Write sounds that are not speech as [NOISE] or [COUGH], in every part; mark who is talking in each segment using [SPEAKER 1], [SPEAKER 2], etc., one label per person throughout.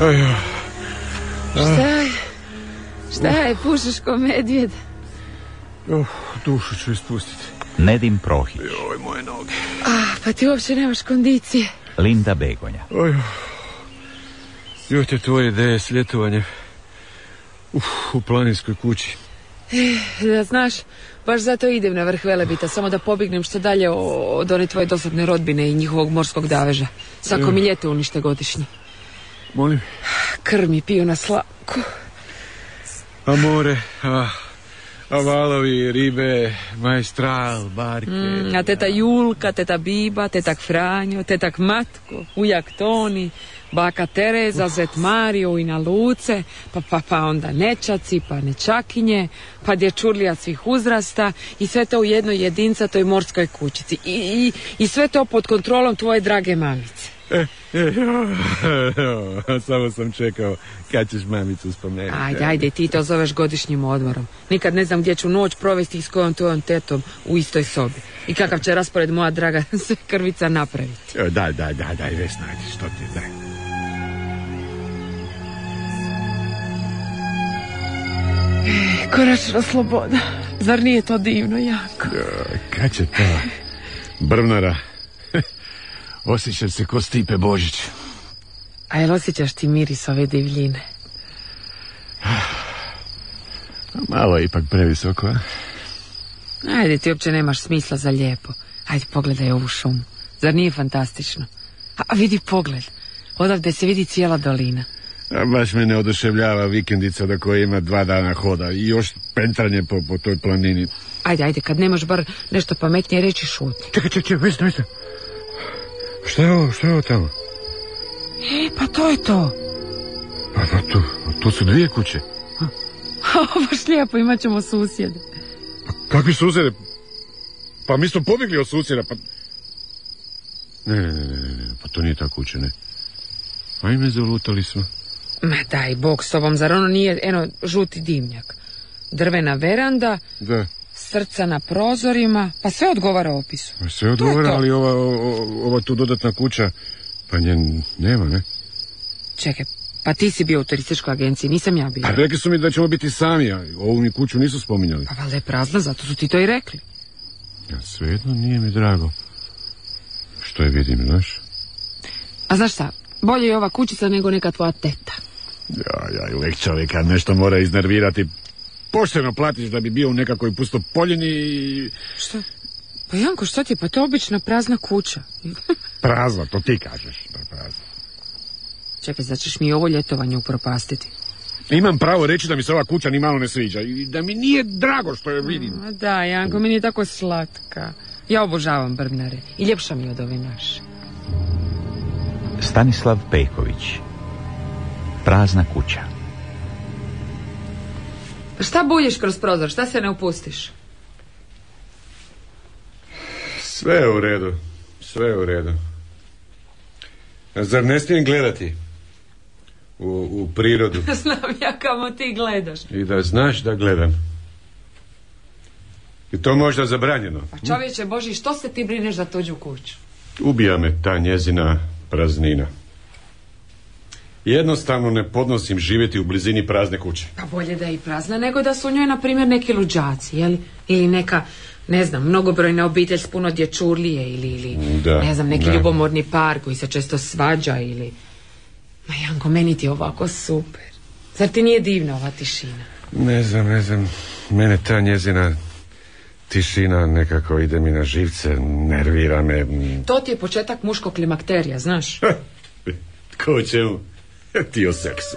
[SPEAKER 1] Ajo,
[SPEAKER 2] Šta je? Šta je, pušiš ko medvjed?
[SPEAKER 1] jo, dušu ću ispustiti.
[SPEAKER 3] Nedim Prohić,
[SPEAKER 1] Joj, Ovaj moje noge.
[SPEAKER 2] Ah, pa ti uopće nemaš kondicije.
[SPEAKER 3] Linda Begonja,
[SPEAKER 1] Ajo. Joj, te tvoje ideje s ljetovanjem. Uf, u planinskoj kući.
[SPEAKER 2] Da znaš, baš zato idem na vrh Velebita, samo da pobjegnem što dalje o- od one tvoje dosadne rodbine i njihovog morskog daveža. Svako mi ljeto unište godišnje.
[SPEAKER 1] Molim,
[SPEAKER 2] Krmi mi piju na slanku.
[SPEAKER 1] a more, a, a valovi, ribe, majstral, barke.
[SPEAKER 2] Mm, a teta Julka, teta Biba, tetak Franjo, tetak Matko, ujak Toni, baka Tereza, zet Mario i na Luce, pa, pa, pa onda nečaci, pa nečakinje, pa dječurlija svih uzrasta i sve to u jednoj jedinca toj morskoj kućici. I, i, i sve to pod kontrolom tvoje drage mamice.
[SPEAKER 1] E, e, jo, jo, [LAUGHS] samo sam čekao kad ćeš mamicu spomenuti.
[SPEAKER 2] Ajde, ajde, ti to zoveš godišnjim odmorom. Nikad ne znam gdje ću noć provesti i s kojom tvojom tetom u istoj sobi. I kakav će raspored moja draga [LAUGHS] sve krvica napraviti.
[SPEAKER 1] Evo, Daj, daj, daj, daj, Vesna, ajde, što ti, je, daj.
[SPEAKER 2] Konačna sloboda. Zar nije to divno, Janko?
[SPEAKER 1] Joj, E, Kad će ta brvnara? [LAUGHS] Osjećam se ko Stipe Božić.
[SPEAKER 2] A jel osjećaš ti miris ove divljine?
[SPEAKER 1] Malo je ipak previsoko, a?
[SPEAKER 2] Ajde, ti uopće nemaš smisla za lijepo. Ajde, pogledaj ovu šumu. Zar nije fantastično? A a vidi pogled. Odavde se vidi cijela dolina.
[SPEAKER 1] A Baš me ne oduševljava vikendica do koje ima dva dana hoda i još pentranje po, po toj planini.
[SPEAKER 2] Ajde, ajde, kad nemaš bar nešto pametnije reći, šuti.
[SPEAKER 1] Čekaj, čekaj, čekaj, Vesna, Vesna. Šta je ovo, šta je ovo tamo?
[SPEAKER 2] E, pa to je to. [LAUGHS]
[SPEAKER 1] Pa da, tu, tu su dvije kuće.
[SPEAKER 2] Ha, baš lijepo, imat ćemo susjede.
[SPEAKER 1] Kakvi susjede? Pa mi smo pobjegli od susjeda, pa... Ne, ne, ne, ne, ne, ne, pa to nije ta kuća, ne. Ajme, Pa zalutali smo.
[SPEAKER 2] Ma daj, bog s tobom, zar ono nije, eno, žuti dimnjak? Drvena veranda,
[SPEAKER 1] Da,
[SPEAKER 2] srca na prozorima, pa sve odgovara opisu.
[SPEAKER 1] pa sve odgovara,
[SPEAKER 2] to.
[SPEAKER 1] ali ova, o- o- ova tu dodatna kuća, pa nje nema, ne?
[SPEAKER 2] Čekaj, pa ti si bio u turističkoj agenciji, nisam ja bio.
[SPEAKER 1] Pa rekli su mi da ćemo biti sami, a ovu mi kuću nisu spominjali.
[SPEAKER 2] Pa valjda je prazna, zato su ti to i rekli.
[SPEAKER 1] Ja, svejedno nije mi drago. Što je vidim, znaš?
[SPEAKER 2] A znaš šta, bolje je ova kućica nego neka tvoja teta.
[SPEAKER 1] Ja, ja, i lek čovjeka nešto mora iznervirati. Pošteno platiš da bi bio u nekakvoj pustopoljini i
[SPEAKER 2] Što? Pa Janko, što ti, je? pa to je obična prazna kuća.
[SPEAKER 1] prazna, to ti kažeš. da je Prazna.
[SPEAKER 2] Čekaj, značiš mi i ovo ljetovanje upropastiti.
[SPEAKER 1] Imam pravo reći da mi se ova kuća ni malo ne sviđa i da mi nije drago što je vidim.
[SPEAKER 2] Ma da, Janko, meni je tako slatka. Ja obožavam brvnare i ljepša mi je od ove naše.
[SPEAKER 3] Stanislav Peković, Prazna kuća,
[SPEAKER 2] Šta bulješ kroz prozor, šta se ne upustiš?
[SPEAKER 1] Sve je u redu, sve je u redu. A Zar ne smijem gledati u, u prirodu
[SPEAKER 2] [LAUGHS] Znam ja kamo ti gledaš.
[SPEAKER 1] i da znaš da gledam? I to možda zabranjeno.
[SPEAKER 2] Pa čovječe Boži, što se ti brineš za tuđu kuću?
[SPEAKER 1] Ubija me ta njezina praznina. Jednostavno ne podnosim živjeti u blizini prazne kuće.
[SPEAKER 2] Pa bolje da je i prazna nego da su u njoj, na primjer, neki luđaci, jeli? Ili neka, ne znam, mnogobrojna obitelj s puno dječurlije ili, ili
[SPEAKER 1] Da,
[SPEAKER 2] ne znam, neki
[SPEAKER 1] da.
[SPEAKER 2] ljubomorni par koji se često svađa ili... Ma Janko, meni ti je ovako super. Zar ti nije divna ova tišina?
[SPEAKER 1] Ne znam, ne znam. Mene ta njezina tišina nekako ide mi na živce, nervira me.
[SPEAKER 2] To ti je početak muškog klimakterija, znaš?
[SPEAKER 1] Ko o čemu? [LAUGHS] Ti o seksu.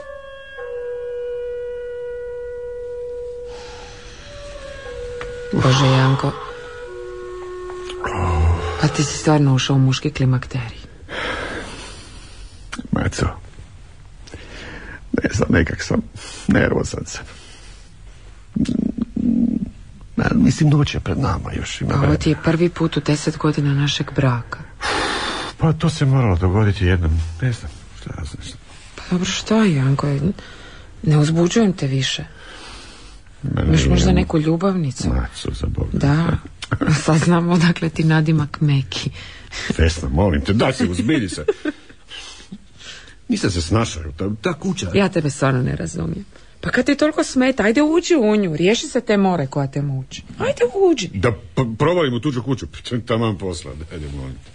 [SPEAKER 2] Bože, Janko. Pa ti si stvarno ušao u muški klimakterij.
[SPEAKER 1] Maco, ne znam, nekak sam, nervozan sam. Ma, Mm, Mislim, noć je pred nama još ima
[SPEAKER 2] Ovo
[SPEAKER 1] vremena.
[SPEAKER 2] ti je prvi put u deset godina našeg braka.
[SPEAKER 1] Pa to se moralo dogoditi jednom, ne znam, šta ja znam. šta-
[SPEAKER 2] Pa dobro, što je, Janko? Ne uzbuđujem te više. Imaš možda neku ljubavnicu?
[SPEAKER 1] Maco, za Boga.
[SPEAKER 2] Da. Sad znam odakle ti nadimak meki.
[SPEAKER 1] Vesna, molim te, da se, uzbilji se. Nisam se snašao, ta, ta kuća.
[SPEAKER 2] Ja tebe stvarno ne razumijem. Pa kad ti toliko smeta, ajde uđi u nju, riješi se te more koja te muči. Ajde uđi.
[SPEAKER 1] Da p- provalimo tuđu kuću, to je taman posla, dajde molim te.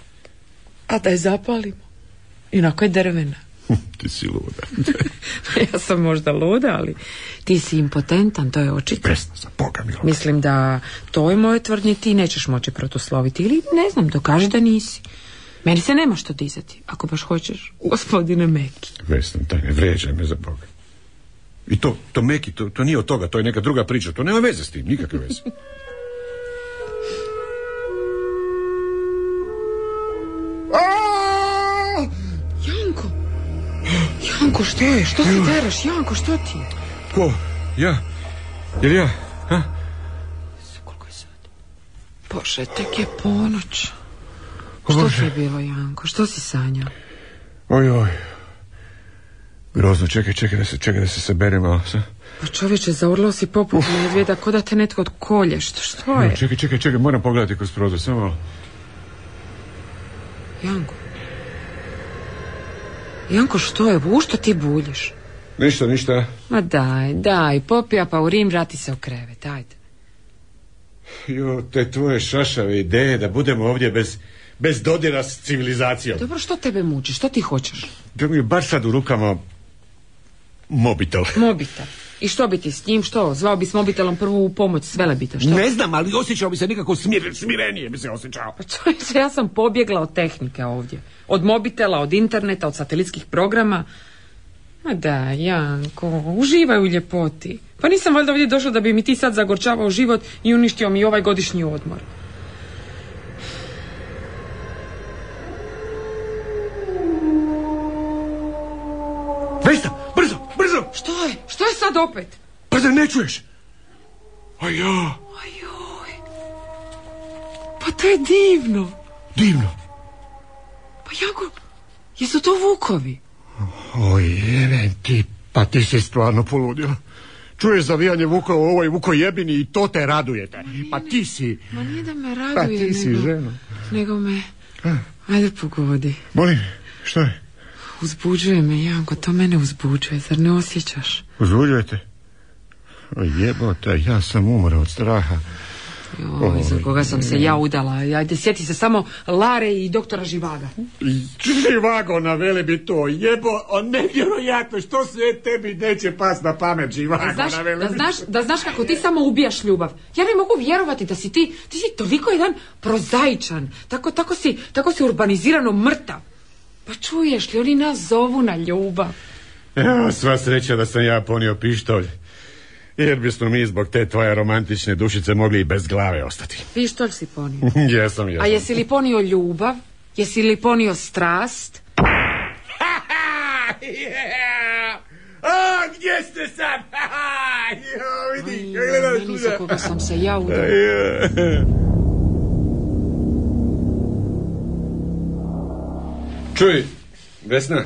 [SPEAKER 2] A da je zapalimo. Inako je drvena. [LAUGHS]
[SPEAKER 1] Hm, Ti si luda.
[SPEAKER 2] ja sam možda luda, ali ti si impotentan, to je očito.
[SPEAKER 1] Presna za Boga, milo.
[SPEAKER 2] Mislim da toj moje tvrdnji ti nećeš moći protusloviti ili ne znam, dokaži da nisi. Meni se nema što dizati, ako baš hoćeš, gospodine Meki.
[SPEAKER 1] Vesna, taj ne vređaj me za Boga. I to, to meki, to, to nije od toga, to je neka druga priča, to nema veze s tim, nikakve veze.
[SPEAKER 2] Janko! Janko, što je? Što se deraš? Janko, što ti je?
[SPEAKER 1] Ko? Ja? Jel ja? Ha?
[SPEAKER 2] Koliko je sad? Bože, tek je ponoć.
[SPEAKER 1] O
[SPEAKER 2] Što
[SPEAKER 1] Bože.
[SPEAKER 2] ti je bilo, Janko? Što si sanjao?
[SPEAKER 1] Oj, oj. Grozno, čekaj, čekaj da se, čekaj da se seberem, malo. sa-
[SPEAKER 2] Pa čovječe, zaurlao si poput medvjeda, ko da te netko kolje. Što, što je?
[SPEAKER 1] Čekaj, čekaj, čekaj, moram pogledati kroz prozor, samo malo.
[SPEAKER 2] Janko. Janko, što je? U što ti buljiš?
[SPEAKER 1] Ništa, ništa.
[SPEAKER 2] Ma daj, daj, popija pa u Rim, vrati se u krevet, ajde.
[SPEAKER 1] Jo, te tvoje šašave ideje da budemo ovdje bez, bez dodira s civilizacijom.
[SPEAKER 2] Dobro, što tebe muči? Što ti hoćeš?
[SPEAKER 1] Da mi je bar sad u rukama mobitel.
[SPEAKER 2] Mobitel. I što bi ti s njim? Što? Zvao bi s mobitelom prvu u pomoć Svelebita, što?
[SPEAKER 1] Ne znam, ali osjećao bi se nekako smir, smirenije bi se osjećao.
[SPEAKER 2] Pa čovječe, ja sam pobjegla od tehnike ovdje. Od mobitela, od interneta, od satelitskih programa. Ma da, Janko, uživaj u ljepoti. Pa nisam valjda ovdje došla da bi mi ti sad zagorčavao život i uništio mi ovaj godišnji odmor.
[SPEAKER 1] Vesna, brzo, brzo,
[SPEAKER 2] Što je? Što je sad opet?
[SPEAKER 1] pa zar ne čuješ? Ajo,
[SPEAKER 2] Ajoj. Pa to je divno.
[SPEAKER 1] divno.
[SPEAKER 2] Pa Janko, jesu to vukovi?
[SPEAKER 1] Oj, jeben ti, pa ti si stvarno poludio. Čuješ zavijanje vukova u ovoj vukojebini i to te radujete. Pa ti si...
[SPEAKER 2] Ma nije da me raduje,
[SPEAKER 1] Pa ti si
[SPEAKER 2] nego,
[SPEAKER 1] žena.
[SPEAKER 2] nego me...
[SPEAKER 1] Eh.
[SPEAKER 2] Ajde pogodi.
[SPEAKER 1] Molim, što je?
[SPEAKER 2] Uzbuđuje me, Janko, to mene uzbuđuje, zar ne osjećaš?
[SPEAKER 1] Uzbuđujete? O jebote, ja sam umro od straha.
[SPEAKER 2] Joj, za koga sam se ja udala. Ajde, sjeti se samo Lare i doktora Živaga.
[SPEAKER 1] I Živago na vele bi to, jebo, o nevjerojatno, što sve tebi neće pas na pamet, Živago
[SPEAKER 2] Da znaš,
[SPEAKER 1] na vele
[SPEAKER 2] da, znaš, da znaš kako ti samo ubijaš ljubav. Ja ne mogu vjerovati da si ti, ti si toliko jedan prozaičan. Tako, tako, si, tako si urbanizirano mrtav. Pa čuješ li, oni nas zovu na ljubav.
[SPEAKER 1] Evo, sva sreća da sam ja ponio pištolj. Jer bismo mi zbog te tvoje romantične dušice mogli i bez glave ostati. [LAUGHS]
[SPEAKER 2] Pištolj si ponio.
[SPEAKER 1] jesam,
[SPEAKER 2] A
[SPEAKER 1] jesam.
[SPEAKER 2] jesi li ponio ljubav? Jesi li ponio strast?
[SPEAKER 1] [LAUGHS] Yeah! A, gdje ste sad? [LAUGHS] Ha, ha! Jo, vidi, gledaj
[SPEAKER 2] Meni
[SPEAKER 1] kuda.
[SPEAKER 2] za
[SPEAKER 1] [LAUGHS]
[SPEAKER 2] koga sam se ja udala.
[SPEAKER 1] Je. Čuj, Vesna,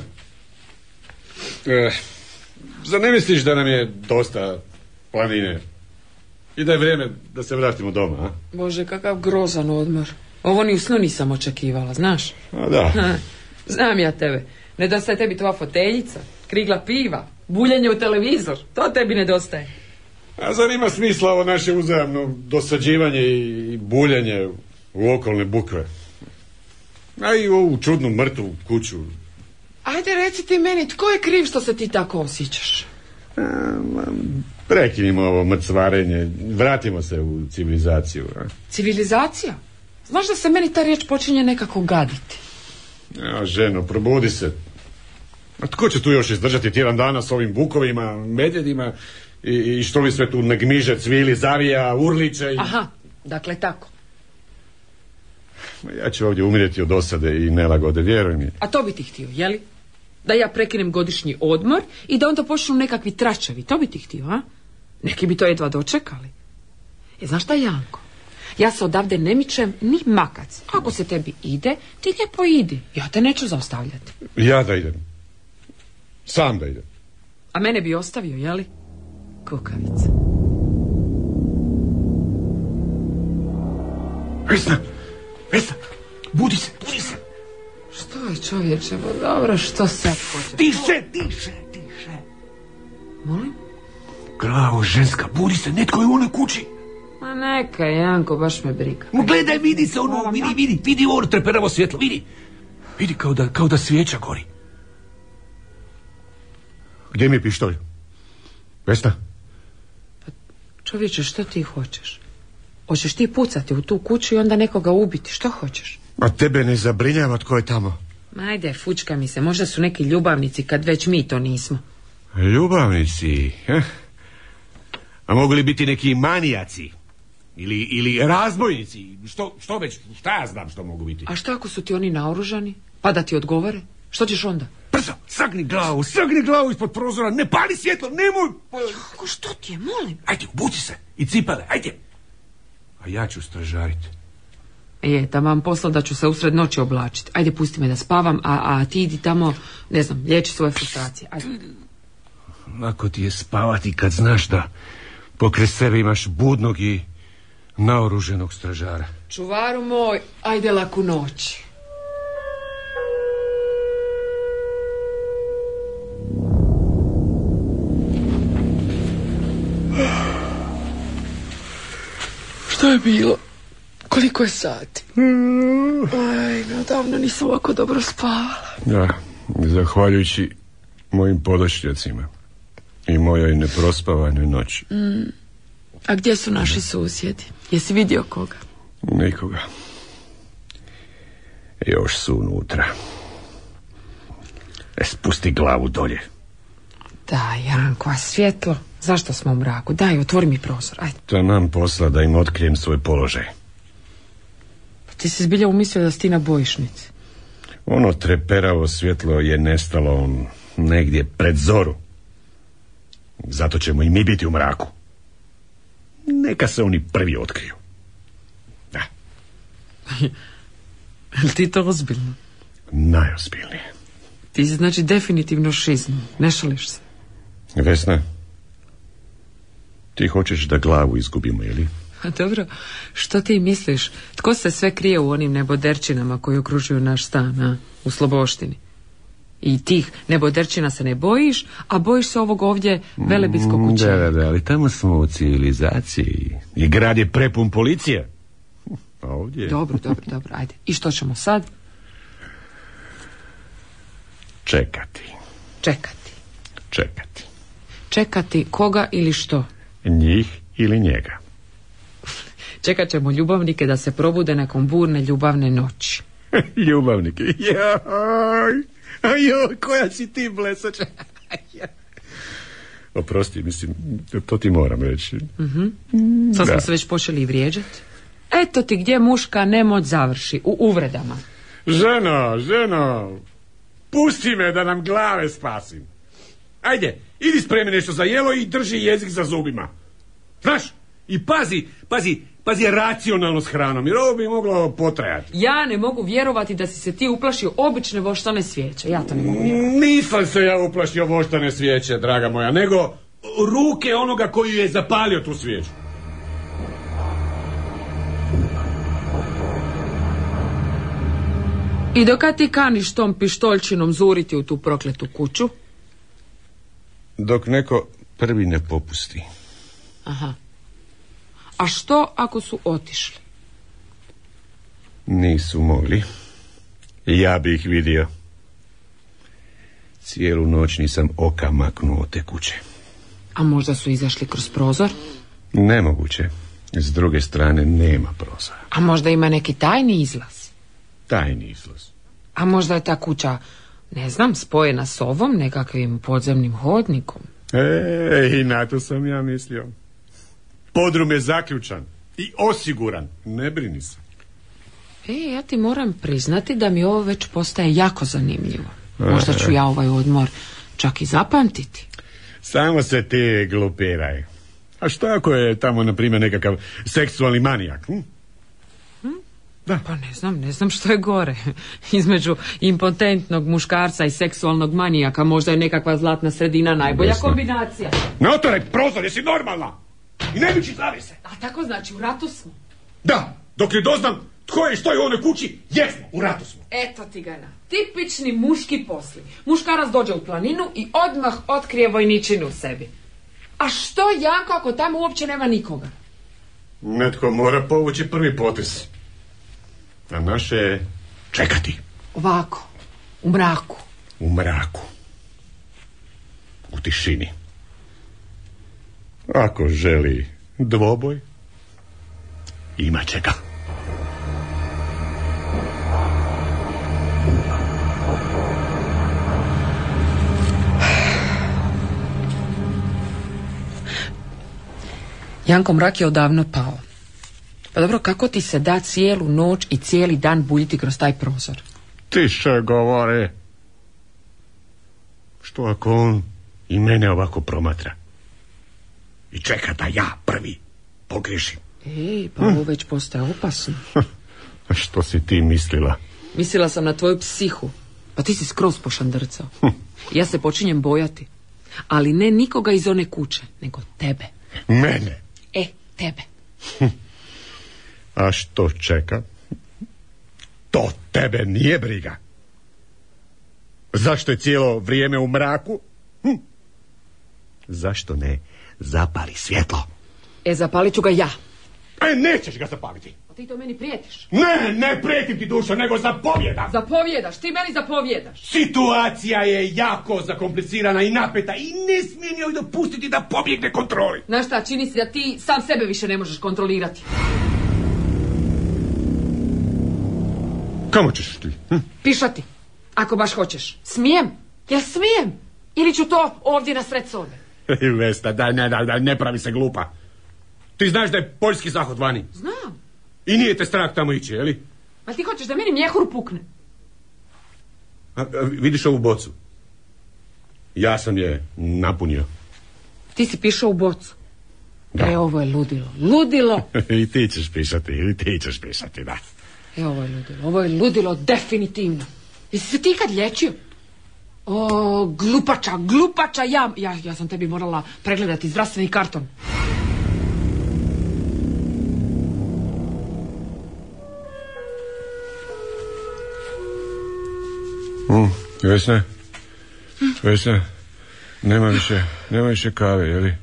[SPEAKER 1] e, zar ne misliš da nam je dosta planine? I da je vrijeme da se vratimo doma, a?
[SPEAKER 2] Bože, kakav grozan odmor. Ovo ni u snu nisam očekivala, znaš?
[SPEAKER 1] A da.
[SPEAKER 2] [LAUGHS] Ha, Znam ja tebe. Nedostaje tebi tvoja foteljica, krigla piva, buljenje u televizor. To tebi nedostaje.
[SPEAKER 1] A zar ima smisla ovo naše uzajamno dosađivanje i buljanje u okolne bukve? A i u ovu čudnu mrtvu kuću.
[SPEAKER 2] Ajde reci ti meni, tko je kriv što se ti tako osjećaš?
[SPEAKER 1] E, ma, Prekinimo ovo mrcvarenje, vratimo se u civilizaciju. a?
[SPEAKER 2] Civilizacija? Znaš da se meni ta riječ počinje nekako gaditi.
[SPEAKER 1] A, ženo, probudi se. A tko će tu još izdržati tjedan dana s ovim bukovima, medvjedima i, i što li sve tu nagmiže, cvili, zavija, urliče i...
[SPEAKER 2] Aha, dakle tako.
[SPEAKER 1] Ma, Ja ću ovdje umrijeti od osade i nelagode, vjeruj mi.
[SPEAKER 2] A to bi ti htio, jeli? Da ja prekinem godišnji odmor i da onda počnu nekakvi tračevi. To bi ti htio, a? Neki bi to jedva dočekali. E, znaš šta, Janko? Ja se odavde ne mičem ni makac. Ako se tebi ide, ti lijepo idi. Ja te neću zaustavljati.
[SPEAKER 1] Ja da idem. Sam da idem.
[SPEAKER 2] A mene bi ostavio, jeli? Kukavica.
[SPEAKER 1] Vesna! Vesna! Budi se, budi se!
[SPEAKER 2] Stoj čovječe, pa dobro, što sad hoćeš?
[SPEAKER 4] Tiše, tiše, tiše.
[SPEAKER 2] Molim?
[SPEAKER 4] Glavo, ženska, budi se, netko je u onoj kući.
[SPEAKER 2] Ma neka, Janko, baš me briga.
[SPEAKER 4] Ma gledaj, vidi se ono, vidi, vidi, vidi ono treperavo svjetlo, vidi. Vidi kao da, kao da svijeća gori.
[SPEAKER 1] Gdje mi je pištolj? Vesna?
[SPEAKER 2] Čovječe, što ti hoćeš? Hoćeš ti pucati u tu kuću i onda nekoga ubiti, što hoćeš?
[SPEAKER 1] A tebe ne zabrinjava tko je tamo?
[SPEAKER 2] Ma ajde, fučka mi se, možda su neki ljubavnici kad već mi to nismo.
[SPEAKER 1] Ljubavnici, eh?
[SPEAKER 4] A mogu li biti neki manijaci? Ili, ili razbojnici? Što, što već, šta ja znam što mogu biti?
[SPEAKER 2] A šta ako su ti oni naoružani? Pa da ti odgovore? Što ćeš onda?
[SPEAKER 4] Brzo, sagni glavu, sagni glavu ispod prozora, ne pali svjetlo, nemoj!
[SPEAKER 2] Kako, što ti je, molim?
[SPEAKER 4] Ajde, obuci se i cipale, ajde! A ja ću stražariti.
[SPEAKER 2] Je, E, taman posla da ću se usred noći oblačiti. Ajde, pusti me da spavam, a, a ti idi tamo, ne znam, liječi svoje frustracije. Ajde.
[SPEAKER 4] Lako ti je spavati kad znaš da pokre sebe imaš budnog i naoruženog stražara.
[SPEAKER 2] Čuvaru moj, ajde laku noć. Što je bilo? Koliko je sati? Aj, odavno nisam ovako dobro spavala.
[SPEAKER 1] Da, zahvaljujući mojim podočnjacima i mojoj neprospavanoj noći.
[SPEAKER 2] A gdje su naši susjedi? Jesi vidio koga?
[SPEAKER 1] Nikoga. Još su unutra.
[SPEAKER 4] E, spusti glavu dolje.
[SPEAKER 2] Da, Janko, a svjetlo? Zašto smo u mraku? Daj, otvori mi prozor, ajde.
[SPEAKER 1] Taman posla da im otkrijem svoj položaj.
[SPEAKER 2] Pa ti si zbilja umislio da si ti na bojišnici.
[SPEAKER 1] Ono treperavo svjetlo je nestalo negdje pred zoru. Zato ćemo i mi biti u mraku. Neka se oni prvi otkriju. Da,
[SPEAKER 2] Jel ti to ozbiljno?
[SPEAKER 1] najozbiljnije.
[SPEAKER 2] Ti si znači definitivno šizno, ne šališ se. [LAUGHS]
[SPEAKER 1] Vesna, ti hoćeš da glavu izgubimo, jeli?
[SPEAKER 2] A dobro, što ti misliš? Tko se sve krije u onim neboderčinama koji okružuju naš stan, a? U Sloboštini. I tih neboderčina se ne bojiš, a bojiš se ovog ovdje velebitskog
[SPEAKER 1] Da,
[SPEAKER 2] kućenja.
[SPEAKER 1] da, da, ali tamo smo u civilizaciji. I grad je prepun [LAUGHS] policije. A ovdje...
[SPEAKER 2] Dobro, dobro, dobro, ajde. I što ćemo sad?
[SPEAKER 1] Čekati,
[SPEAKER 2] Čekati.
[SPEAKER 1] čekati.
[SPEAKER 2] Čekati koga ili što?
[SPEAKER 1] Njih ili njega. [LAUGHS]
[SPEAKER 2] Čekat ćemo ljubavnike da se probude nakon burne ljubavne noći.
[SPEAKER 1] Ljubavnike. Jaj, joj, koja si ti blesača. [LAUGHS] Oprosti, mislim, to ti moram reći.
[SPEAKER 2] Sad
[SPEAKER 1] Da.
[SPEAKER 2] smo se već počeli i vrijeđati. Eto ti gdje muška nemoć završi, u uvredama.
[SPEAKER 1] Ženo, ženo, pusti me da nam glave spasim.
[SPEAKER 4] Ajde, idi spremi nešto za jelo i drži jezik za zubima.
[SPEAKER 1] Znaš,
[SPEAKER 4] I pazi, pazi, pazi racionalno s hranom, jer ovo bi moglo potrajati.
[SPEAKER 2] Ja ne mogu vjerovati da si se ti uplašio obične voštane svijeće. Ja to ne mogu.
[SPEAKER 4] Nisam se ja uplašio voštane svijeće, draga moja, nego ruke onoga koji je zapalio tu svijeću.
[SPEAKER 2] I dokad ti kaniš tom pištoljčinom zuriti u tu prokletu kuću?
[SPEAKER 1] dok neko prvi ne popusti.
[SPEAKER 2] Aha. A što ako su otišli?
[SPEAKER 1] Nisu mogli. Ja bi ih vidio. Cijelu noć nisam oka maknuo te kuće.
[SPEAKER 2] A možda su izašli kroz prozor?
[SPEAKER 1] Nemoguće. S druge strane nema prozora.
[SPEAKER 2] A možda ima neki tajni izlaz?
[SPEAKER 1] Tajni izlaz.
[SPEAKER 2] A možda je ta kuća, ne znam, spojena s ovom nekakvim podzemnim hodnikom?
[SPEAKER 1] E, i na to sam ja mislio. Podrum je zaključan i osiguran. Ne brini se.
[SPEAKER 2] E, ja ti moram priznati da mi ovo već postaje jako zanimljivo. Možda ću ja ovaj odmor čak i zapamtiti.
[SPEAKER 1] Samo se ti glupiraj. A šta ako je tamo, na primjer, nekakav seksualni manijak? Hm?
[SPEAKER 2] Pa ne znam, ne znam što je gore. [LAUGHS] Između impotentnog muškarca i seksualnog manijaka možda je nekakva zlatna sredina najbolja
[SPEAKER 1] Jasno.
[SPEAKER 2] kombinacija.
[SPEAKER 1] Ne otvaraj prozor, jesi normalna! I ne bići se!
[SPEAKER 2] A tako znači, u ratu smo.
[SPEAKER 1] Da, dok ne doznam Tko je i što je u onoj kući? Jesmo, u ratu smo.
[SPEAKER 2] Eto ti ga na. Tipični muški posli. Muškarac dođe u planinu i odmah otkrije vojničinu u sebi. A što jako ako tamo uopće nema nikoga?
[SPEAKER 1] Netko mora povući prvi potez. A naše je čekati
[SPEAKER 2] Ovako, u mraku.
[SPEAKER 1] u mraku. U tišini. Ako želi dvoboj, imat će ga.
[SPEAKER 2] Janko mrak je odavno pao. Pa dobro, kako ti se da cijelu noć i cijeli dan buljiti kroz taj prozor?
[SPEAKER 1] Tiše govore. Što ako on i mene ovako promatra? I čeka da ja prvi pogriješim.
[SPEAKER 2] Ej, pa ovo već postaje opasno.
[SPEAKER 1] A [LAUGHS] Što si ti mislila?
[SPEAKER 2] Mislila sam na tvoju psihu. Pa ti si skroz pošandrcao. Ja se počinjem bojati. Ali ne nikoga iz one kuće, nego tebe.
[SPEAKER 1] Mene.
[SPEAKER 2] E, tebe.
[SPEAKER 1] A što čeka? To tebe nije briga. Zašto je cijelo vrijeme u mraku? Hm? Zašto ne zapali svjetlo?
[SPEAKER 2] E, zapalit ću ga ja.
[SPEAKER 1] E, nećeš ga zapaliti.
[SPEAKER 2] Pa ti to meni prijetiš.
[SPEAKER 1] Ne, ne prijetim ti dušo, nego zapovjedam.
[SPEAKER 2] Zapovjedaš, ti meni zapovjedaš.
[SPEAKER 1] Situacija je jako zakomplicirana i napeta i ne smijem joj dopustiti da pobjegne kontroli.
[SPEAKER 2] Znaš šta, čini se da ti sam sebe više ne možeš kontrolirati.
[SPEAKER 1] Kamo ćeš ti? Hm?
[SPEAKER 2] Pišati, ako baš hoćeš. Smijem? Ja smijem? Ili ću to ovdje na sred sobe?
[SPEAKER 1] Ej, [LAUGHS] Vesta, daj, ne, daj, daj, ne pravi se glupa. Ti znaš da je poljski zahod vani.
[SPEAKER 2] Znam.
[SPEAKER 1] I nije te strah tamo ići, jeli?
[SPEAKER 2] Ali ti hoćeš da meni mjehur pukne?
[SPEAKER 1] A, a, vidiš ovu bocu? Ja sam je napunio.
[SPEAKER 2] Ti si pišao u bocu.
[SPEAKER 1] Da.
[SPEAKER 2] E, ovo je ludilo. Ludilo!
[SPEAKER 1] [LAUGHS] I ti ćeš pisati, i ti ćeš pisati, da.
[SPEAKER 2] E, ovo je ludilo, ovo je ludilo definitivno. Jesi se ti kad liječio? O, glupača, glupača, ja, ja, ja sam tebi morala pregledati zdravstveni karton.
[SPEAKER 4] Vesna, Vesna, nema više, nema više kave, jeli?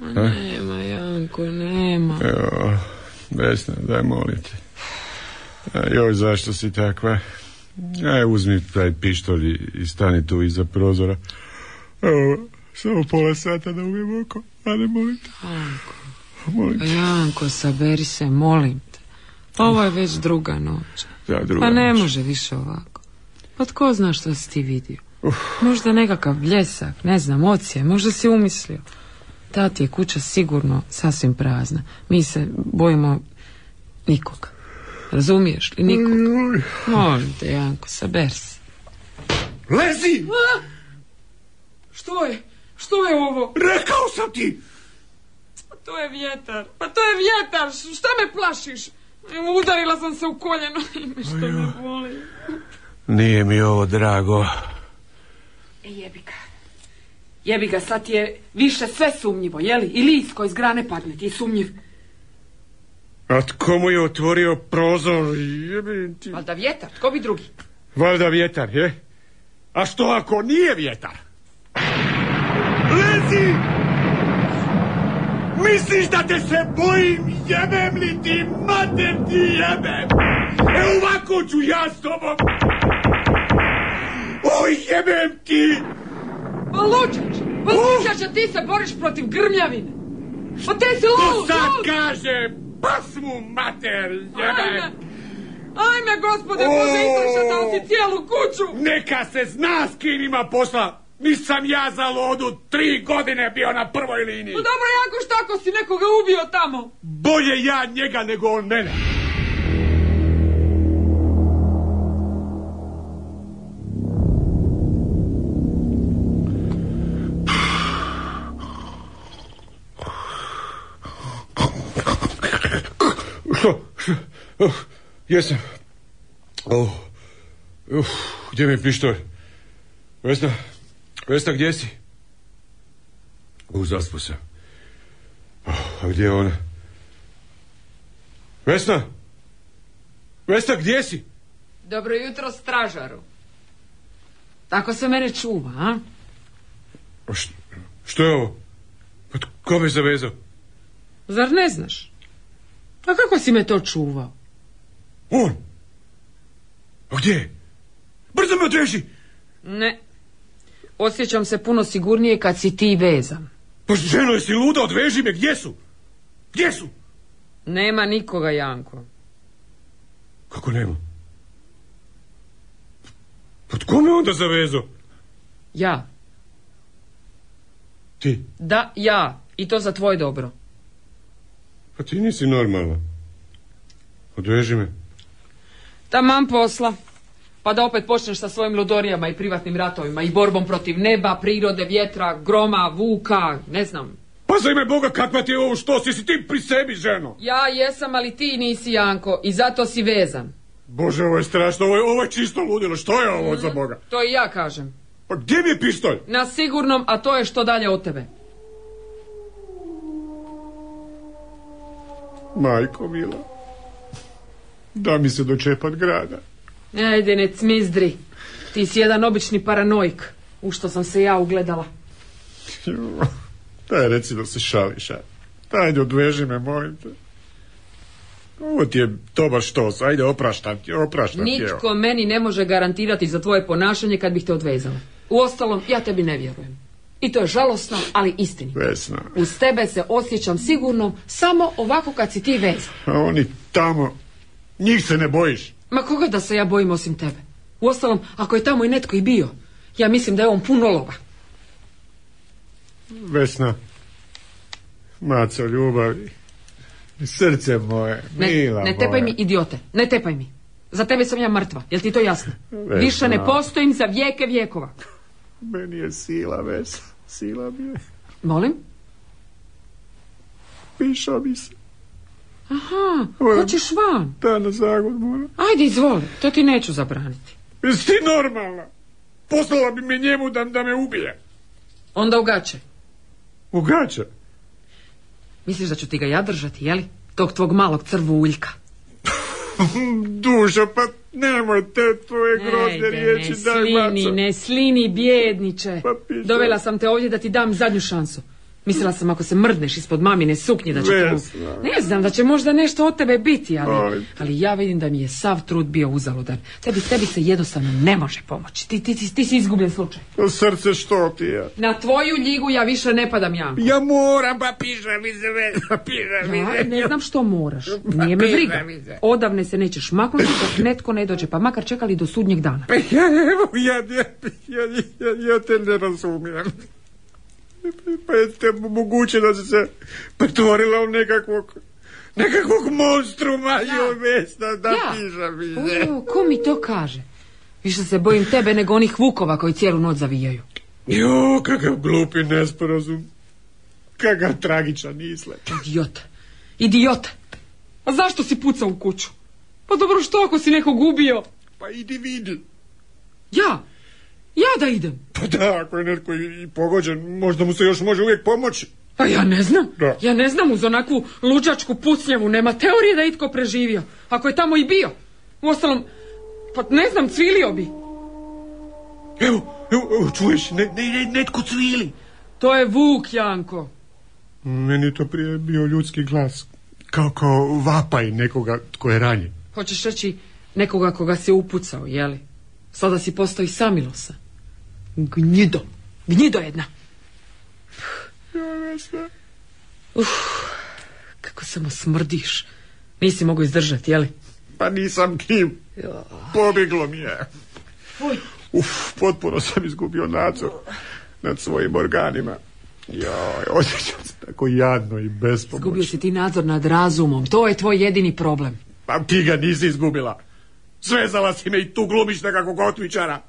[SPEAKER 2] Nema, Janko, nema.
[SPEAKER 4] Evo, Vesna, daj molim te. A, joj, zašto si takva? Aj, uzmi taj pištolj i, i stani tu iza prozora. Evo, samo pola sata da umijem oko. Ajde, molim te. Molim te.
[SPEAKER 2] Pa Janko, saberi se, molim te. Ovo je već druga noć.
[SPEAKER 4] Da, druga
[SPEAKER 2] Pa ne
[SPEAKER 4] noć.
[SPEAKER 2] može više ovako. Pa tko zna što si ti vidio? Možda nekakav bljesak, ne znam, ocije, možda si umislio. Ta ti je kuća sigurno sasvim prazna. Mi se bojimo nikoga. Razumiješ li? Nikoga.
[SPEAKER 4] Oj,
[SPEAKER 2] Molim te, Janko, saber se.
[SPEAKER 1] Lezi!
[SPEAKER 2] Što je? Što je ovo?
[SPEAKER 1] Rekao sam ti!
[SPEAKER 2] Pa to je vjetar. Pa to je vjetar. Š- Šta me plašiš? Evo, Udarila sam se u koljeno. [LAUGHS] Ime, što me boli.
[SPEAKER 4] Nije mi ovo drago.
[SPEAKER 2] E, jebi ga. Jebi ga, sad ti je više sve sumnjivo, jeli? I lis koji iz grane padne ti je sumnjiv.
[SPEAKER 4] A tko mu je otvorio prozor? Jebim ti.
[SPEAKER 2] Valjda vjetar, tko bi drugi?
[SPEAKER 4] Valjda vjetar, je?
[SPEAKER 1] A što ako nije vjetar? Lezi! Misliš da te se bojim, jebem li ti, mater ti jebem! E ovako ću ja s tobom! O, jebem ti!
[SPEAKER 2] Pa luđač, pa luđač, a ti se boriš protiv grmljavine. Pa te si
[SPEAKER 1] To
[SPEAKER 2] lud,
[SPEAKER 1] sad
[SPEAKER 2] lud.
[SPEAKER 1] kaže, pasmu mater,
[SPEAKER 2] Ajme,
[SPEAKER 1] jebem!
[SPEAKER 2] ajme gospode, Bože,
[SPEAKER 1] O.
[SPEAKER 2] istrašatao si cijelu kuću.
[SPEAKER 1] Neka se zna s kim ima posla! Nisam ja za lodu tri godine bio na prvoj liniji!
[SPEAKER 2] Pa dobro, Janko, šta ako si nekoga ubio tamo?
[SPEAKER 1] Bolje ja njega nego on mene.
[SPEAKER 4] Što? Što? Uh, jesam. Oh. Uf, gdje mi je pištolj? Vesna, Vesna, gdje si? U, zaspo sam. Oh, a gdje je ona? Vesna?
[SPEAKER 1] Vesna, gdje si?
[SPEAKER 2] Dobro jutro, stražaru. Tako se mene čuva, a?
[SPEAKER 1] O, š- što je ovo? Pa tko me zavezao?
[SPEAKER 2] Zar ne znaš? A kako si me to čuvao?
[SPEAKER 1] On! A gdje je? Brzo me odveži!
[SPEAKER 2] Ne. Osjećam se puno sigurnije kad si ti vezan.
[SPEAKER 1] Pa ženo, jesi luda, odveži me, gdje su? Gdje su?
[SPEAKER 2] Nema nikoga, Janko.
[SPEAKER 1] Kako nema? Pa tko me onda zavezao?
[SPEAKER 2] Ja.
[SPEAKER 1] Ti,
[SPEAKER 2] Da, ja. I to za tvoje dobro.
[SPEAKER 1] pa ti nisi normalna. Odveži me.
[SPEAKER 2] Taman posla. Pa da opet počneš sa svojim ludorijama i privatnim ratovima i borbom protiv neba, prirode, vjetra, groma, vuka, ne znam.
[SPEAKER 1] Pa za ime Boga, kakva ti je ovo što? Si si ti pri sebi, ženo?
[SPEAKER 2] Ja jesam, ali ti nisi, Janko, i zato si vezan.
[SPEAKER 1] Bože, ovo je strašno, ovo je, ovo je čisto ludilo. Što je ovo za Boga?
[SPEAKER 2] To i ja kažem.
[SPEAKER 1] Pa gdje mi je pištolj?
[SPEAKER 2] Na sigurnom, a to je što dalje od tebe.
[SPEAKER 1] Majko mila, da mi se dočepat grada.
[SPEAKER 2] Ajde, ne cmizdri. Ti si jedan obični paranoik. U što sam se ja ugledala.
[SPEAKER 1] Jo, Daj, reci da se šališ, a. Daj, odveži me, molim te. Ovo ti je dobar štos, ajde, opraštam ti, opraštam ti, evo.
[SPEAKER 2] Nitko meni ne može garantirati za tvoje ponašanje kad bih te odvezala. Uostalom, ja tebi ne vjerujem. I to je žalosno, ali istinito.
[SPEAKER 1] Vesna,
[SPEAKER 2] Uz tebe se osjećam sigurno samo ovako kad si ti vezan.
[SPEAKER 1] a oni tamo, njih se ne bojiš.
[SPEAKER 2] Ma koga da se ja bojim osim tebe? Uostalom, ako je tamo i netko i bio, ja mislim da je on puno lova.
[SPEAKER 1] Vesna, maco ljubavi, srce moje,
[SPEAKER 2] Ne,
[SPEAKER 1] mila
[SPEAKER 2] ne tepaj
[SPEAKER 1] moja.
[SPEAKER 2] mi idiote, ne tepaj mi. Za tebe sam ja mrtva, jel ti to jasno?
[SPEAKER 1] Vesna.
[SPEAKER 2] Više ne postojim za vijeke vijekova.
[SPEAKER 1] Meni je sila, Vesna, sila mi je,
[SPEAKER 2] Molim?
[SPEAKER 1] piša mi se,
[SPEAKER 2] Aha,
[SPEAKER 1] Moram.
[SPEAKER 2] hoćeš van.
[SPEAKER 1] da na zagod moram.
[SPEAKER 2] Ajde, izvoli, to ti neću zabraniti.
[SPEAKER 1] Jesi ti normalna? Poslala bi me njemu da, da me ubije.
[SPEAKER 2] Onda ugače.
[SPEAKER 1] Ugaća.
[SPEAKER 2] Misliš da ću ti ga ja držati, jeli? Tog tvog malog crvuljka.
[SPEAKER 1] Duša, pa nemoj te tvoje grozne riječi,
[SPEAKER 2] ne
[SPEAKER 1] daj
[SPEAKER 2] slini,
[SPEAKER 1] maco.
[SPEAKER 2] ne slini, bjedniče.
[SPEAKER 1] Pa piše.
[SPEAKER 2] Dovela sam te ovdje da ti dam zadnju šansu. Mislila sam ako se mrdneš ispod mamine suknje da će te-
[SPEAKER 1] Vesna.
[SPEAKER 2] Ne znam, da će možda nešto od tebe biti, ali,
[SPEAKER 1] Ajde.
[SPEAKER 2] ali ja vidim da mi je sav trud bio uzaludan. Tebi, tebi se jednostavno ne može pomoći. Ti, ti, ti, ti si izgubljen slučaj.
[SPEAKER 1] To Pa Srce, što ti je?
[SPEAKER 2] Na tvoju ljigu ja više ne padam Janko.
[SPEAKER 1] Ja moram, pa piša mi se, [LAUGHS] Vesna, piša mi
[SPEAKER 2] Ja
[SPEAKER 1] se.
[SPEAKER 2] ne znam što moraš. Nije
[SPEAKER 1] Pa
[SPEAKER 2] me briga. Odavne se nećeš maknuti dok netko ne dođe, pa makar čekali do sudnjeg dana.
[SPEAKER 1] Pa ja, evo, ja, ja, ja, ja, ja te ne razumijem. Pa je te moguće da si se pretvorila u nekakvog nekakvog monstruma, joj Vesna, da
[SPEAKER 2] Ja.
[SPEAKER 1] piša mi se.
[SPEAKER 2] Ujo, ko mi to kaže? Više se bojim tebe nego onih vukova koji cijelu noć zavijaju.
[SPEAKER 1] Jo, kakav glupi nesporazum. Kakav tragičan izlet.
[SPEAKER 2] Idiot. Idiot. A zašto si pucao u kuću? Pa dobro što ako si nekog ubio?
[SPEAKER 1] Pa idi vidi.
[SPEAKER 2] Ja. Ja da idem.
[SPEAKER 1] Pa da, ako je netko i, i pogođen, možda mu se još može uvijek pomoći.
[SPEAKER 2] Pa ja ne znam.
[SPEAKER 1] Da.
[SPEAKER 2] Ja ne znam uz onakvu luđačku pucnjevu. Nema teorije da je itko preživio. Ako je tamo i bio. Uostalom, pa ne znam, cvilio bi.
[SPEAKER 1] Evo, evo, evo čuješ, ne, ne, ne, netko cvili.
[SPEAKER 2] To je Vuk, Janko.
[SPEAKER 1] Meni je to prije bio ljudski glas. Kao, kao vapaj nekoga tko je ranjen.
[SPEAKER 2] Hoćeš reći nekoga koga si upucao, jeli? Sada si postao i samilosa. Gnjido. Gnjido jedna. Uf, kako samo smrdiš. Nisi mogu izdržati, jeli?
[SPEAKER 1] Pa nisam kim. Pobjeglo mi je. Uf, potpuno sam izgubio nadzor nad svojim organima. Joj, osjećam se tako jadno i
[SPEAKER 2] Izgubio
[SPEAKER 1] bespomoćno.
[SPEAKER 2] si ti nadzor nad razumom. To je tvoj jedini problem.
[SPEAKER 1] Pa ti ga nisi izgubila. Svezala si me i tu glumiš nekakvog otvičara.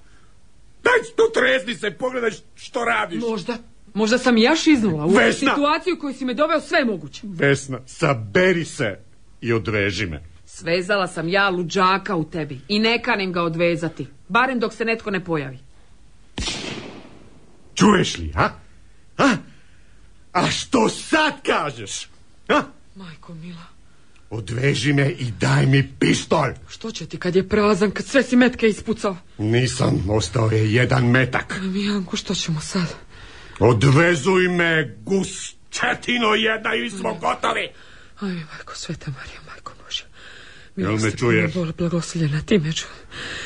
[SPEAKER 1] Daj tu trezni se, pogledaj što radiš.
[SPEAKER 2] Možda. Možda sam i ja šiznula u ovu
[SPEAKER 1] Vesna!
[SPEAKER 2] situaciju u koju si me doveo sve je moguće.
[SPEAKER 1] Vesna, saberi se i odveži me.
[SPEAKER 2] Svezala sam ja luđaka u tebi i ne kanim ga odvezati. Barem dok se netko ne pojavi.
[SPEAKER 1] Čuješ li, ha? A, a što sad kažeš? Ha?
[SPEAKER 2] Majko mila,
[SPEAKER 1] Odveži me i daj mi pištolj.
[SPEAKER 4] Što će ti kad je prazan, kad sve si metke ispucao?
[SPEAKER 1] Nisam, ostao je jedan metak.
[SPEAKER 4] Mijanko, što ćemo sad?
[SPEAKER 1] Odvezuj me, gusčetino jedna i smo gotovi.
[SPEAKER 4] Ajme, Marko, sveta Marija, Majko Bože.
[SPEAKER 1] Jel me
[SPEAKER 4] Milosti
[SPEAKER 1] čuješ?
[SPEAKER 4] Bol, blagosljeljena ti među.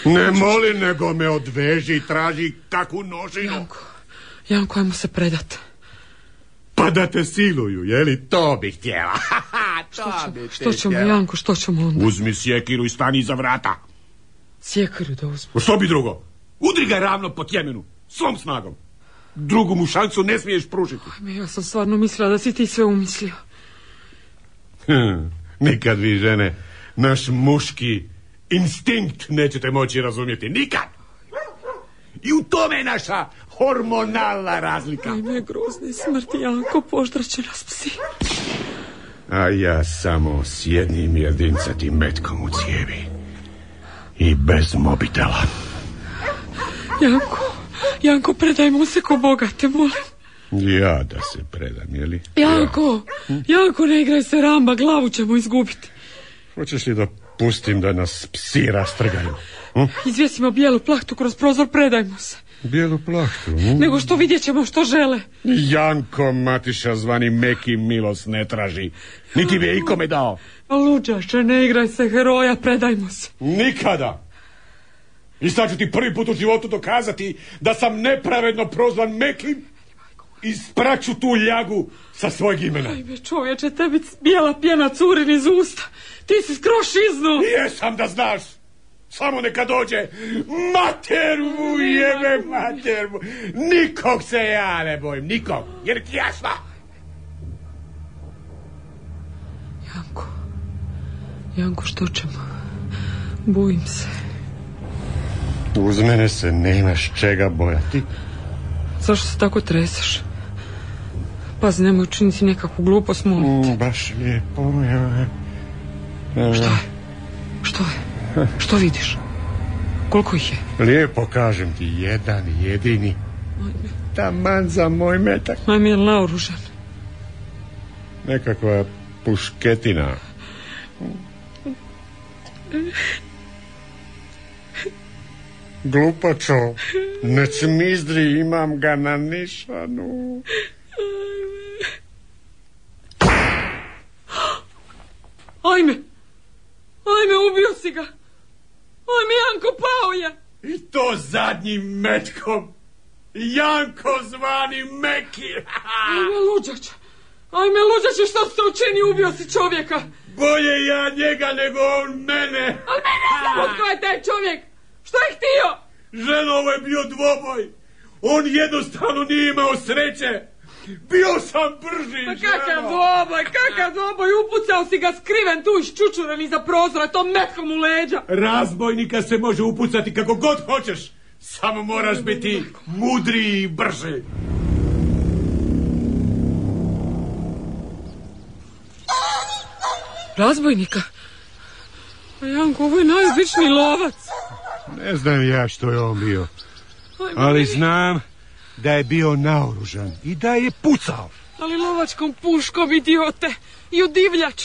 [SPEAKER 1] Ne moli, nego me odveži i traži kakvu nožinu.
[SPEAKER 4] Janko, Janko, ajmo se predat.
[SPEAKER 1] Pa da te siluju, je li? To bi htjela. [LAUGHS]
[SPEAKER 4] Što
[SPEAKER 1] to
[SPEAKER 4] ćemo,
[SPEAKER 1] bi
[SPEAKER 4] što
[SPEAKER 1] ti
[SPEAKER 4] ćemo
[SPEAKER 1] htjela.
[SPEAKER 4] Janko, što ćemo onda?
[SPEAKER 1] Uzmi sjekiru i stani iza vrata.
[SPEAKER 4] Sjekaru da uzmu.
[SPEAKER 1] Što bi drugo? Udri ga ravno po tjemenu, svom snagom. Drugu mu šancu ne smiješ pružiti.
[SPEAKER 4] Ajme, ja sam stvarno mislila da si ti sve umislio.
[SPEAKER 1] Hm, Nikad vi žene, naš muški instinkt nećete moći razumjeti. Nikad! I u tome je naša hormonalna razlika.
[SPEAKER 4] Ajme, grozni smrti, Janko, poždraće nas psi.
[SPEAKER 1] A ja samo s jednim jedincatim metkom u cijevi. I bez mobitela.
[SPEAKER 4] Janko, Janko, predaj mu se ko Boga, te molim.
[SPEAKER 1] Ja da se predam, jeli?
[SPEAKER 4] Janko, Janko, ne igraj se ramba, glavu ćemo izgubiti.
[SPEAKER 1] Hoćeš li da pustim da nas psi rastrgaju? Hm?
[SPEAKER 4] Izvjesimo bijelu plahtu kroz prozor, predajmo se.
[SPEAKER 1] Bijelu plahtu. hm?
[SPEAKER 4] Nego što vidjet ćemo što žele.
[SPEAKER 1] Janko Matiša zvani Meki Milos ne traži. Niti bi je ikome dao.
[SPEAKER 4] Luđaše, ne igraj se heroja, predajmo se.
[SPEAKER 1] Nikada! I sad ću ti prvi put u životu dokazati da sam nepravedno prozvan Mekim i spraću tu ljagu sa svojeg imena.
[SPEAKER 4] Ajme, čovječe, tebi c- bijela pjena curin iz usta. Ti si skroš iznu.
[SPEAKER 1] Jesam da znaš! Samo neka dođe! Mater mu jebe, mater mu! Nikog se ja ne bojim, nikog! Jer ti jasno!
[SPEAKER 4] Janko, Janko, što ćemo? Bojim se.
[SPEAKER 1] Uz mene se nemaš čega bojati.
[SPEAKER 4] Zašto se tako treseš? Pazi, nemoj učiniti nekakvu glupost, molim.
[SPEAKER 1] Mm. Baš lijepo.
[SPEAKER 4] Što je? Što je? Što vidiš? Koliko ih je?
[SPEAKER 1] Lijepo kažem ti, jedan jedini. Taman za moj metak.
[SPEAKER 4] Ajme, je li naoružan?
[SPEAKER 1] Nekakva pušketina. Glupačo, ne cmizdri, imam ga na nišanu.
[SPEAKER 4] Ajme! Ajme, ubio si ga! Ajme, Janko, pao je!
[SPEAKER 1] I to zadnjim metkom. Janko zvani Meki. [LAUGHS]
[SPEAKER 4] Ajme, luđač! Ajme, luđače, što ste učini? Ubio si čovjeka!
[SPEAKER 1] Bolje ja njega nego on mene.
[SPEAKER 4] Ali mi ne znamo tko je taj čovjek! Što je htio?
[SPEAKER 1] Ženo, ovo je bio dvoboj. On jednostavno nije imao sreće. Bio sam brži,
[SPEAKER 4] Pa
[SPEAKER 1] ženo.
[SPEAKER 4] kakav dvoboj, kakav dvoboj! Upucao si ga skriven tu iščučuran iza prozora, to metkom u leđa!
[SPEAKER 1] Razbojnika se može upucati kako god hoćeš. Samo moraš biti mudriji i brži.
[SPEAKER 4] Razbojnika? Pa Janko, ovo je najobičniji lovac!
[SPEAKER 5] Ne znam ja što je on bio,
[SPEAKER 4] Ajme,
[SPEAKER 5] ali znam da je bio naoružan i da je pucao.
[SPEAKER 4] Ali lovačkom puškom, idiote! I u divljač!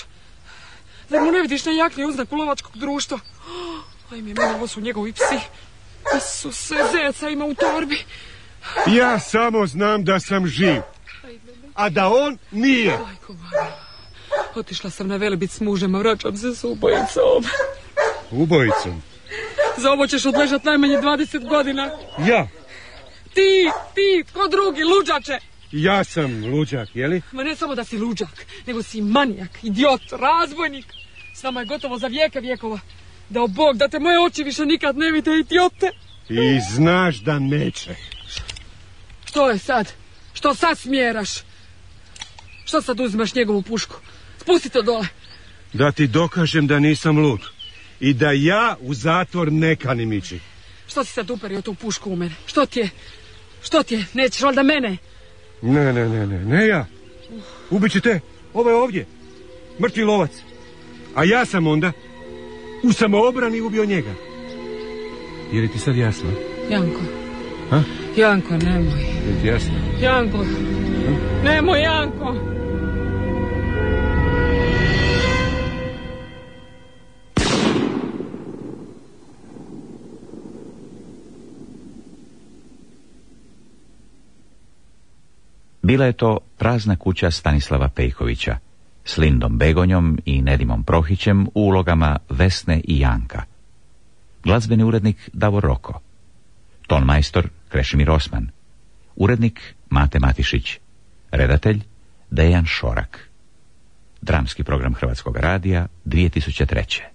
[SPEAKER 4] Zar mu ne vidiš na jakni oznaku lovačkog društva? [GASPS] Ajme, meni ovo su njegovi psi. Isuse, zeca ima u torbi.
[SPEAKER 5] Ja samo znam da sam živ, a da on nije.
[SPEAKER 4] Majko moja. Otišla sam na velebit s mužem, a vraćam se s ubojicom.
[SPEAKER 5] Ubojicom.
[SPEAKER 4] Za ovo ćeš odležat najmanje 20 godina.
[SPEAKER 5] Ja,
[SPEAKER 4] Ti, ti, tko drugi, luđače!
[SPEAKER 5] ja sam luđak, jeli?
[SPEAKER 4] Ma ne samo da si luđak, nego si manijak, idiot, razbojnik. S nama je gotovo za vijeke vjekova. Dao Bog da te moje oči više nikad ne vide, idiote.
[SPEAKER 5] I znaš da neće.
[SPEAKER 4] Što je sad? Što sad smjeraš? Što sad uzmeš njegovu pušku? Spusti to dole.
[SPEAKER 5] Da ti dokažem da nisam lud. I da ja u zatvor ne kanim ići.
[SPEAKER 4] Što si sad uperio tu pušku u mene? Što ti je? Što ti je? Nećeš valjda mene?
[SPEAKER 5] Ne, ne, ne, ne, ne ja. Ubiću te, ovo je ovdje. Mrtvi lovac. A ja sam onda u samoobrani ubio njega. Je li ti sad jasno?
[SPEAKER 4] Janko.
[SPEAKER 5] Ha?
[SPEAKER 4] Janko, nemoj.
[SPEAKER 5] Je li ti jasno?
[SPEAKER 4] Janko. Nemoj, Janko.
[SPEAKER 3] Bila je to prazna kuća Stanislava Pejkovića s Lindom Begonjom i Nedimom Prohićem u ulogama Vesne i Janka. Glazbeni urednik Davor Roko. Ton majstor Krešimir Osman. Urednik Mate Matišić. Redatelj Dejan Šorak. Dramski program Hrvatskog radija 2003.